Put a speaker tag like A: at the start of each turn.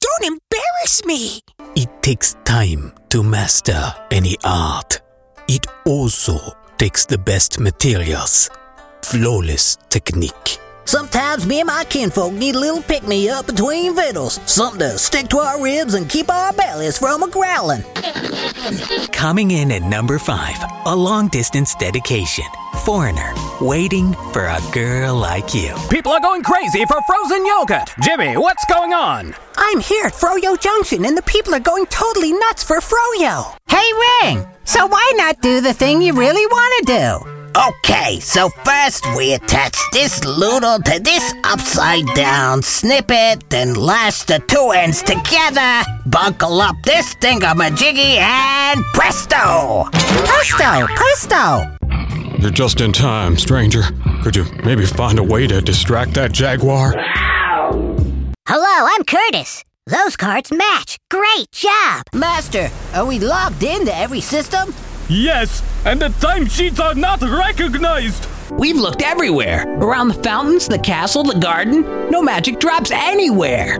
A: Don't embarrass me!
B: It takes time to master any art. It also takes the best materials, flawless technique.
C: Sometimes me and my kinfolk need a little pick me up between victuals, something to stick to our ribs and keep our bellies from a growling.
D: Coming in at number five, a long distance dedication. Foreigner, waiting for a girl like you.
E: People are going crazy for frozen yogurt. Jimmy, what's going on?
A: I'm here at Froyo Junction and the people are going totally nuts for Froyo.
F: Hey, Ring! So why not do the thing you really want to do?
C: Okay, so first we attach this loodle to this upside down snippet, then lash the two ends together, buckle up this thingamajiggy, and presto!
F: Presto! Presto!
G: You're just in time, stranger. Could you maybe find a way to distract that jaguar?
H: Hello, I'm Curtis. Those cards match. Great job.
C: Master, are we logged into every system?
I: Yes, and the timesheets are not recognized.
J: We've looked everywhere around the fountains, the castle, the garden. No magic drops anywhere.